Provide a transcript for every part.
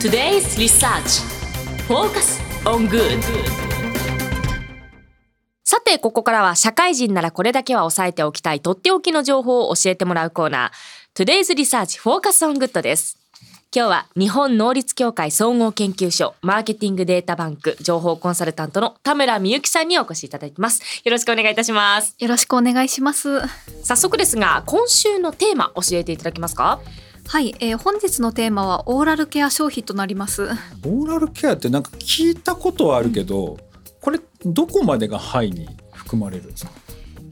Today's Research Focus on Good さて、ここからは社会人ならこれだけは押さえておきたいとっておきの情報を教えてもらうコーナー Today's Research Focus on Good です。今日は日本能率協会総合研究所マーケティングデータバンク情報コンサルタントの田村美幸さんにお越しいただいてます。よろしくお願いいたします。よろしくお願いします。早速ですが、今週のテーマ教えていただけますかはい、えー本日のテーマはオーラルケア消費となります。オーラルケアってなんか聞いたことはあるけど、これどこまでが肺に含まれるんですか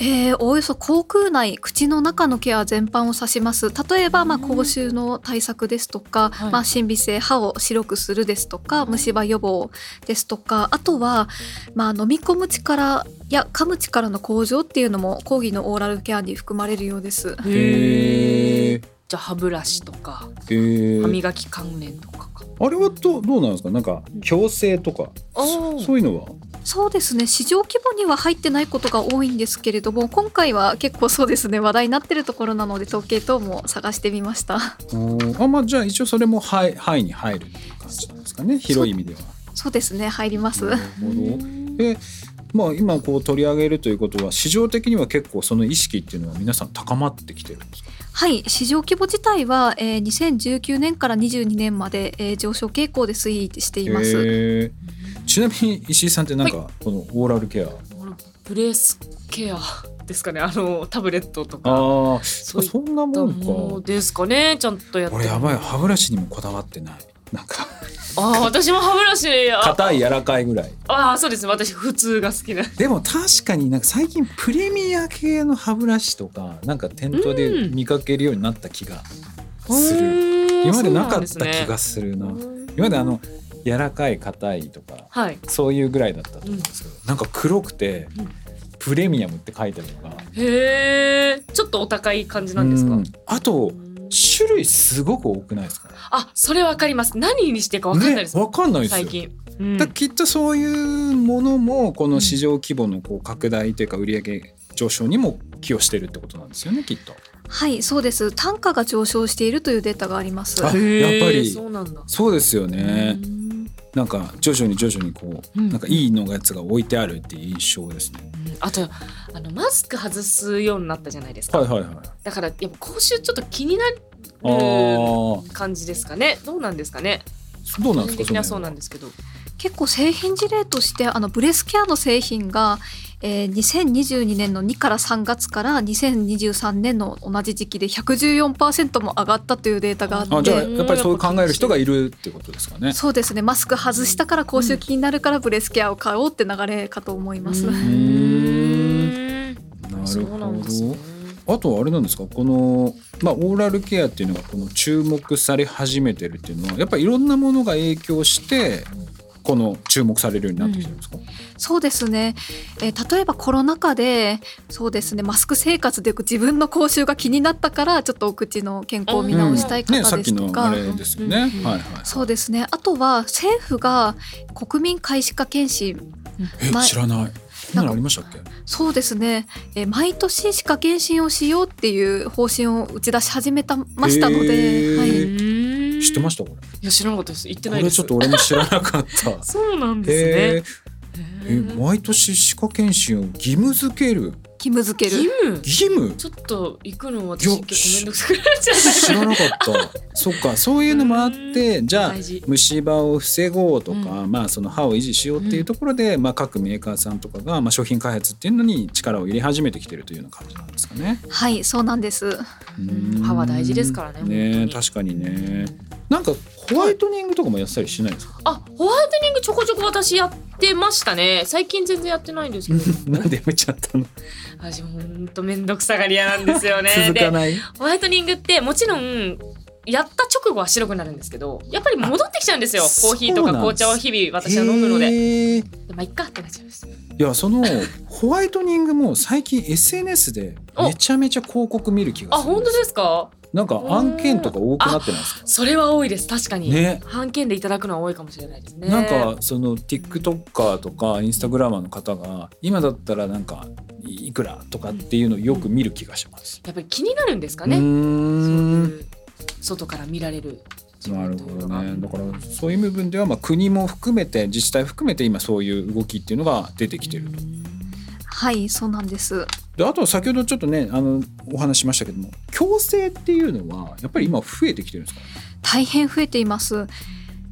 えーおおよそ口腔内、口の中のケア全般を指します。例えば、まあ、口臭の対策ですとか、はいまあ、心理性、歯を白くするですとか、虫歯予防ですとか、あとは、まあ、飲み込む力や噛む力の向上っていうのも、講義のオーラルケアに含まれるようです。へーじゃあ歯ブラシとかえー歯磨き関連とかか。あれはどどうなんですかなんか矯正とか、おーそういうのはそうですね市場規模には入ってないことが多いんですけれども今回は結構そうですね話題になってるところなので統計等も探してみましたおーあまあじゃあ一応それも肺肺に入るっていう感じなんですかね広い意味では。そうですね入りますなるほどえまあ、今こう取り上げるということは市場的には結構その意識っていうのは皆さん高まってきてるんですかはい市場規模自体は、えー2019年から22年まで、えー上昇傾向で推移しています、へーちなみに石井さんってなんかこのオーラルケア、ブレスケアですかねあのタブレットとかああそういっそんなたもんものか。ですかねちゃんとやって俺やばい歯ブラシにもこだわってない。なんかあー私も歯ブラシあ硬い柔らかいぐらい。あーそうですね私普通が好きなでも確かになんか最近プレミア系の歯ブラシとかなんか店頭で見かけるようになった気がする。今までなかった気がすするな。ね今まであの柔らかい硬いとかはいそういうぐらいだったと思うんですけど、なんか黒くてうんプレミアムって書いてあるのが。へえちょっとお高い感じなんですかうんあと種類すごく多くないですか。あそれわかります何にしていいかわかんないです、ねわかんないです最よ。近、うんだからきっとそういうものもこの市場規模のこう拡大というか売上上昇にも寄与してるってことなんですよねきっと。はいそうです単価が上昇しているというデータがありますあへーやっぱりそうなんだそうですよねう。んなんか徐々に徐々にこう、うんなんかいいのがやつが置いてあるっていう印象ですね。あとあのマスク外すようになったじゃないですか、はいはいはい。だからやっぱ口臭ちょっと気になるああ、感じですかねどうなんですかねど個うなん人ですか。的にはそうなんんですけど結構製品事例としてあのブレスケアの製品が、えー2022年の2から3月から2023年の同じ時期で114%も上がったというデータがあってあじゃあやっぱりそういう考える人がいるってことですかね。そうですねマスク外したから口臭気になるからブレスケアを買おうって流れかと思います。うーんなそるうなほんですねど。あとあれなんですかこの、まあ、オーラルケアっていうのがこの注目され始めてるっていうのはやっぱりいろんなものが影響してこの注目されるようになってきてるんですか、そうですね、えー例えばコロナ禍でそうですねマスク生活で自分の口臭が気になったからちょっとお口の健康を見直したい方ね、さっできすとのか、あれですよね。はいうんはい。そうですねあとは政府が国民皆歯科検診え前知らない。そんなのありましたっけ？そうですね、えー毎年歯科検診をしようっていう方針を打ち出し始めたましたので、へーはうい、ーん知ってましたこれ。いや知らなかったです言ってこないでれすちょっと俺も知らなかった。そうなんえでーすねへえー毎年歯科検診を義務付ける義務付け義る務義務ちょっと行くのい私結や構めんどくさくなっちゃう知らなかった。そっかそういうのもあってじゃあ大事虫歯を防ごうとか、まあ、その歯を維持しようっていうところで、まあ、各メーカーさんとかが、まあ、商品開発っていうのに力を入れ始めてきてるというような感じなんですかね。はいそうなんですうん歯は大事ですからねね本当に確かにね。なんかホワイトニングとかもやったりしないんですか、あホワイトニングちょこちょこ私やってましたね最近全然やってないん ですけどなんでやめちゃっ たの私ほんとめんどくさがり屋なんですよね続でかないホワイトニングってもちろんやった直後は白くなるんですけどやっぱり戻ってきちゃうんですよあコーヒーとかそうな紅んです茶を日々私は飲むので、へーでまあいっかってなっちゃいますいやそのホワイトニングも最近 SNS でめちゃめちゃ広告見る気があする本当ですかなんか案件とか多くなってないですかそれは多いです確かに、ね半券でいただくのは多いかもしれないですねなんかその TikToker とかインスタグラマーの方が今だったらなんかいくらとかっていうのをよく見る気がします。やっぱり気になるんですかうね、ーんそういう外から見られるなるほどね。だからそういう部分ではまあ国も含めて自治体含めて今そういう動きっていうのが出てきてると。はいそうなんですであと先ほどちょっとねあのお話ししましたけども強制っていうのはやっぱり今増えてきてるんですか。大変増えています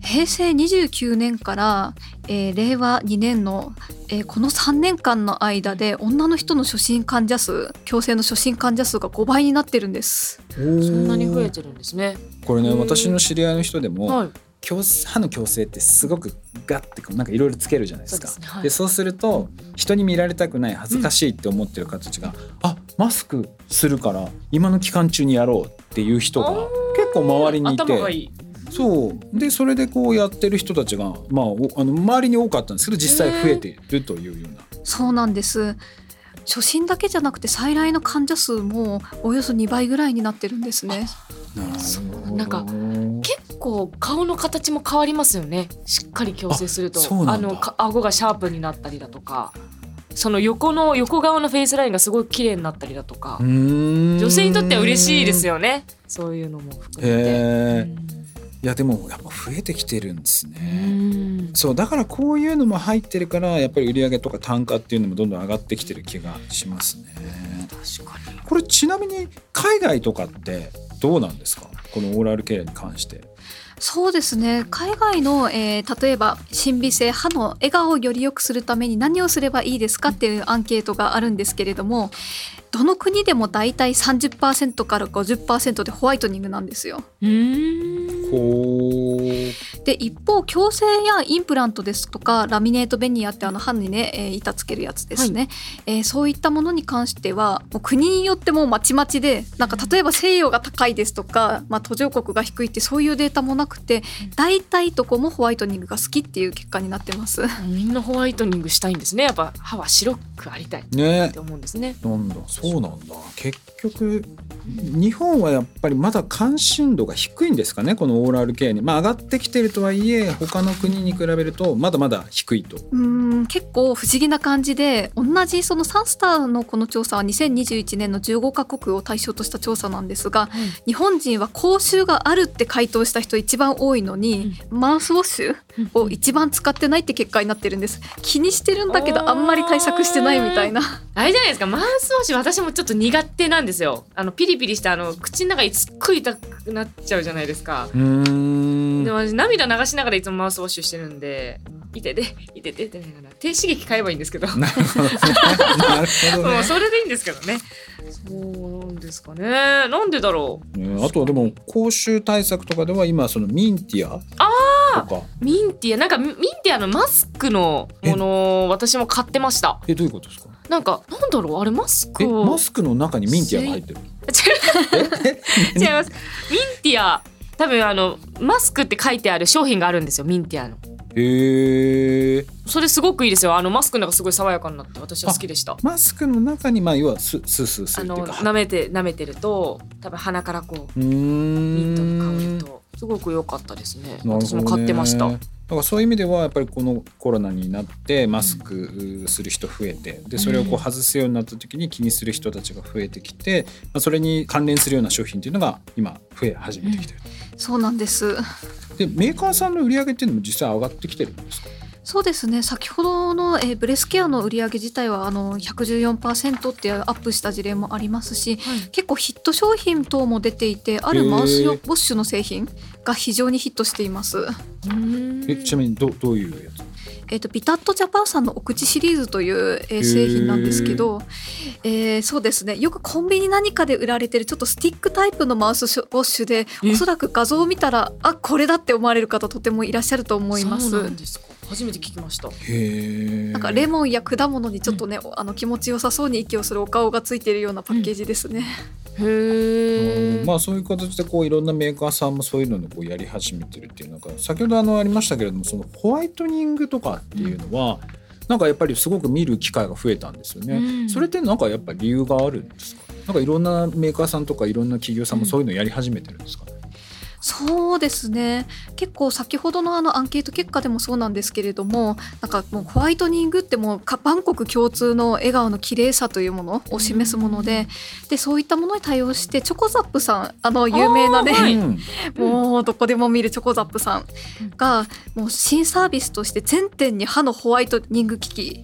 平成29年から、えー令和2年の、えーこの3年間の間で女の人の初診患者数強制の初診患者数が5倍になってるんですそそんんなに増えてるんですね。これねへー私の知り合いの人でもはい。強歯の矯正ってすごくガッてこうなんかいろいろつけるじゃないでそうですか。すね。はいで。そうすると人に見られたくない恥ずかしいって思ってる方たちが、あマスクするから今の期間中にやろうっていう人があー結構周りにいて頭がいい。そうでそれでこうやってる人たちが、まあ、おあの周りに多かったんですけど実際増えているというような。そうなんです初診だけじゃなくて再来の患者数もおよそ2倍ぐらいになってるんですねうなんか結構顔の形も変わりますよね。しっかり矯正すると、あそうなんだのか顎がシャープになったりだとか、その横の横顔のフェイスラインがすごい綺麗になったりだとか、女女性にとっては嬉しいですよ。よね。そういうのも含めて。うへえんいやでもやっぱ増えてきてるんですうね。んそうだからこういうのも入ってるからやっぱり売り上げとか単価っていうのもどんどん上がってきてる気がしますね。確かに。これちなみに海外とかってどうなんですかこのオーラルケアに関して。そうですね海外の、えー例えば心理性歯の笑顔をより良くするために何をすればいいですかっていうアンケートがあるんですけれどもどの国でも大体30%から50%でホワイトニングなんですよ。うん。こうで一方矯正やインプラントですとかラミネートベニヤってあの歯にね、えー板つけるやつですね、えーそういったものに関してはもう国によってもうまちまちでなんか例えば西洋が高いですとか、まあ、途上国が低いってそういうデータもなくて大体どこもホワイトニングが好きっていう結果になってます。みんなホワイトニングしたいんですね。やっぱ歯は白くありたいっねて思うんですね。なんだそうなんだ結局日本はやっぱりまだ関心度が低いんですかねこのオーラルケアに、まあ、上がってきてるとはいえ他の国に比べるとまだまだ低いと。うーん結構不思議な感じで同じそのサンスターのこの調査は2021年の15カ国を対象とした調査なんですが日本人は口臭があるって回答した人一番多いのに、マウスウォッシュを一番使ってないって結果になってるんです気にしてるんだけあーどあんまり対策してないみたいなあれじゃないですかマウスウォッシュ私もちょっと苦手なんですよあのピリピリしてあの口の中にすっごい痛くなっちゃうじゃないですか、うーんでも私涙流しながらいつもマウスウォッシュしてるんで「いてていてて」ってながら低刺激買えばいいんですけど、 なるほどねなる ほどもうねそれでいいんですけどねそうなんですかねなんでだろうねあとはでも口臭対策とかでは今そのミンティアとかミンティアなんかミミンティアのマスクのものを私も買ってましたえどういうことですかなんかなんだろうあれマスクえをマスクの中にミンティアが入ってる 違います。ミンティア、多分あのマスクって書いてある商品があるんですよ。ミンティアの。へえそれすごくいいですよ。あのマスクの中すごい爽やかになって私は好きでした。マスクの中にまあ要はススースーすあるってのいうか舐めて舐めてると多分鼻からこうーうミントの香んりとすごく良かったですね。なるほどね私も買ってました。だからそういう意味ではやっぱりこのコロナになってマスクする人増えてでそれをこう外すようになった時に気にする人たちが増えてきて、まあ、それに関連するような商品っていうのが今増え始めてきてる、そうなんですでメーカーさんの売り上げっていうのも実際上がってきてるんですかそうですね先ほどの、えーブレスケアの売り上げ自体はあの114%ってアップした事例もありますし結構ヒット商品等も出ていてあるマウスウォッシュの製品が非常にヒットしています。うんえちなみにどどういうやつえー、とビタッとジャパンさんのお口シリーズという、えー製品なんですけど、えーそうですねよくコンビニ何かで売られてるちょっとスティックタイプのマウスウォッシュでえおそらく画像を見たらあこれだって思われる方とてもいらっしゃると思いまそうすなんですか。初めて聞きました。へえなんかレモンや果物にちょっとね、あの気持ちよさそうに息をするお顔がついているようなパッケージですね、へえ。まあそういう形でこういろんなメーカーさんもそういうのをこうやり始めてるっていうなんか先ほどあのありましたけれどもそのホワイトニングとかっていうのは、なんかやっぱりすごく見る機会が増えたんですよね。うんそれってなんかやっぱり理由があるんですか。なんかいろんなメーカーさんとかいろんな企業さんもそういうのやり始めてるんですか。そうですね結構先ほどのあのアンケート結果でもそうなんですけれどもなんかもうホワイトニングってもうか万国共通の笑顔の綺麗さというものを示すもので,、でそういったものに対応してチョコザップさんあの有名なね、あー はいうんもうどこでも見るチョコザップさんうんがもう新サービスとして全店に歯のホワイトニング機器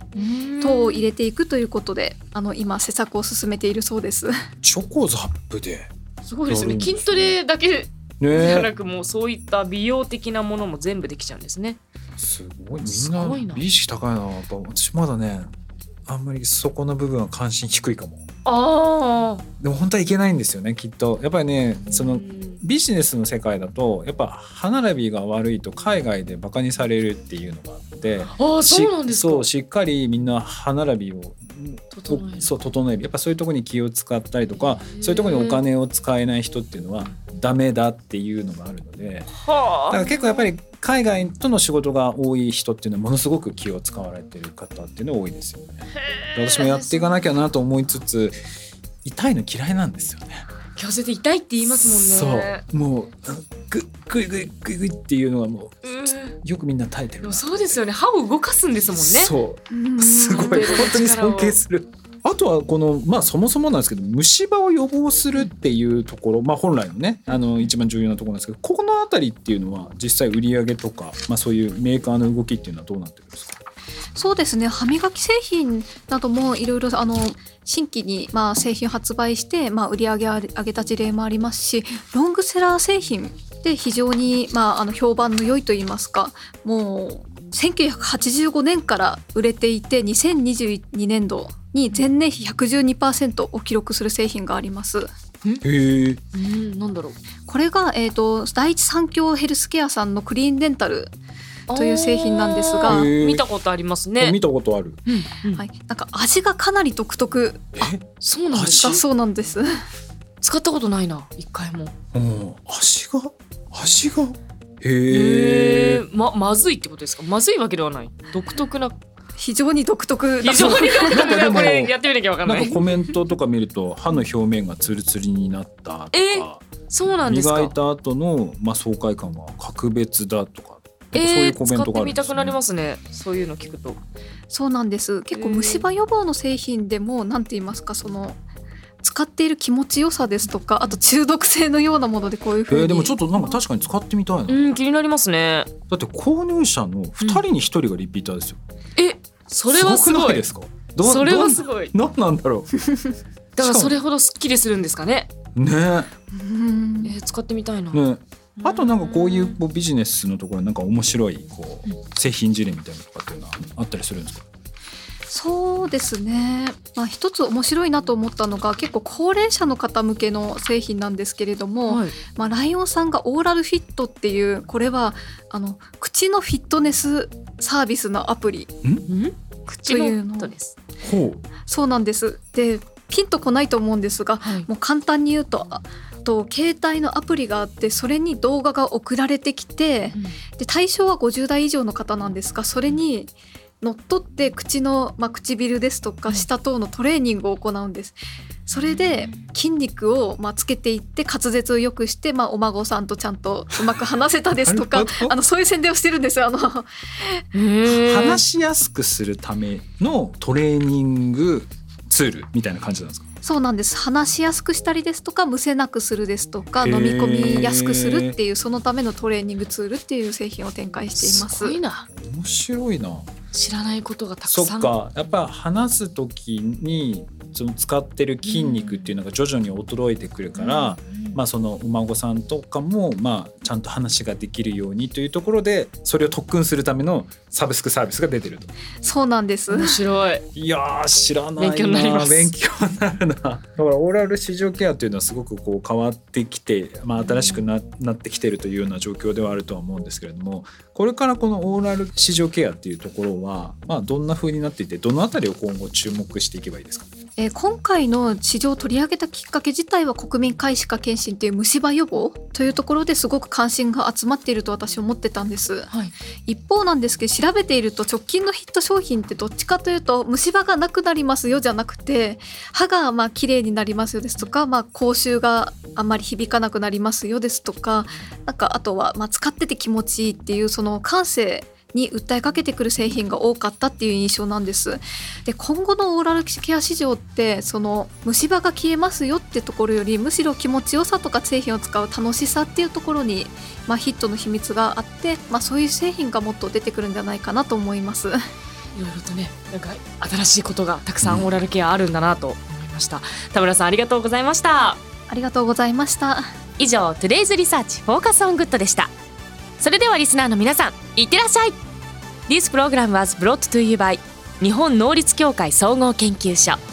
等を入れていくということで、あの今施策を進めているそうです。チョコザップですごいですそうねですね筋トレだけじゃなねくもうそういった美容的なものも全部できちゃうんですねすごいすごみいんなな美意識高いなやっぱ私まだねあんまりそこの部分は関心低いかもああでも本当はいけないんですよねきっとやっぱりねそのビジネスの世界だとやっぱ歯並びが悪いと海外でバカにされるっていうのがあってああそうなんですしそかうしっかりみんな歯並びを整えるそう整えるやっぱそういうところに気を使ったりとかへーそういうところにお金を使えない人っていうのはダメだっていうのがあるのではだあから結構やっぱり海外との仕事が多い人っていうのはものすごく気を使われてる方っていうのは多いですよね。へー私もやっていかなきゃなと思いつつ痛いの嫌いなんですよね。矯正で痛いって言いますもんねそうもうググイグイグイグイっていうのはもううんよくみんな耐えてるでなもそうですよね歯を動かすんですもんねそううん すごいうん本当に尊敬する。あとはこのまあそもそもなんですけど虫歯を予防するっていうところまあ本来のねあの一番重要なところなんですけどここの辺りっていうのは実際売り上げとかまあそういうメーカーの動きっていうのはどうなってるんですかそうですね歯磨き製品などもいろいろあの新規にまあ製品発売してまあ売り上げ上げた事例もありますしロングセラー製品で非常にまああの評判の良いと言いますかもう1985年から売れていて2022年度に前年比112%を記録する製品があります。へえうんなんだろうこれが、えー、と第一三共ヘルスケアさんのクリーンデンタルという製品なんですがあへーー見たことありますね見たことあるうんうんはい、なんか味がかなり独特そうなんですだかそうなんです。使ったことないな一回もうん足が足がへへええままずいってことですかまずいわけではない独特な非常に独特だ非そ常うに独特なんかでなもこれやってみなきゃわかんななんかいコメントとか見ると歯の表面がツルツルになったとえか そうなんです磨いかた後のまあ爽快感は格別だとかえそういうーコメン使っトがてあるんみでたすくねなりますねそういうの聞くとそうなんです結構へー虫歯予防の製品でも何て言いますかその使っている気持ちよさですとかあと中毒性のようなものでこういうふうに、えー、でもちょっとなんか確かに使ってみたいな、だうん気になりますねって購入者の2人に1人がリピーターですよ、えそれはすくごないですかどそれはすごいどんなんなんだろだからそれほどスッキリするんですかねうねうんえー使ってみたいなねあとなんかこういううんこうビジネスのところになんか面白いこう製品事例みたいなのとかっていうのはあったりするんですかそうですね、まあ、一つ面白いなと思ったのが結構高齢者の方向けの製品なんですけれども、はいまあ、ライオンさんがオーラルフィットっていうこれはあの口のフィットネスサービスのアプリうん口というのの音ですほそうなんですでピンとこないと思うんですがはいもう簡単に言うとあと携帯のアプリがあってそれに動画が送られてきてで対象は50代以上の方なんですがそれにのっとって口の、まあ、唇ですとか舌等のトレーニングを行うんです。それで筋肉を、まあ、つけていって滑舌を良くして、まあ、お孫さんとちゃんとうまく話せたですとなかるほどあのそういう宣伝をしてるんですよあのうへー話しやすくするためのトレーニングツールみたいな感じなんですかそうなんです話しやすくしたりですとかむせなくするですとかへー飲み込みやすくするっていうそのためのトレーニングツールっていう製品を展開していますすごいな面白いな知らないことがたくそさっんかやっぱ話す時にその使ってる筋肉っていうのが徐々に衰えてくるから、うんまあ、そのお孫さんとかも、まあ、ちゃんと話ができるようにというところでそれを特訓するためのサブスクサービスが出てるとそうなんです面白いいやー知らない勉な強になります勉強になるなだからオーラル市場ケアというのはすごくこう変わってきて、まあ、新しくななってきてるというような状況ではあるとは思うんですけれどもこれからこのオーラル市場ケアっていうところは、まあ、どんな風になっていてどのあたりを今後注目していけばいいですかえー今回の市場を取り上げたきっかけ自体は国民皆歯科検診という虫歯予防というところですごく関心が集まっていると私は思ってたんですはい、一方なんですけど調べていると直近のヒット商品ってどっちかというと虫歯がなくなりますよじゃなくて歯がまあ綺麗になりますよですとか、まあ、口臭があんまり響かなくなりますよですとかなんかあとはまあ使ってて気持ちいいっていうその感性に訴えかけてくる製品が多かったっていう印象なんです。で今後のオーラルケア市場ってその虫歯が消えますよってところよりむしろ気持ちよさとか製品を使う楽しさっていうところに、まあ、ヒットの秘密があって、まあ、そういう製品がもっと出てくるんじゃないかなと思います。いろいろとねなんか新しいことがたくさんオーラルケアあるんだなと思いました、田村さんありがとうございましたありがとうございました。以上 Today's Research Focus on Good でしたそれではリスナーの皆さんいってらっしゃい This program was brought to you by 日本能力協会総合研究所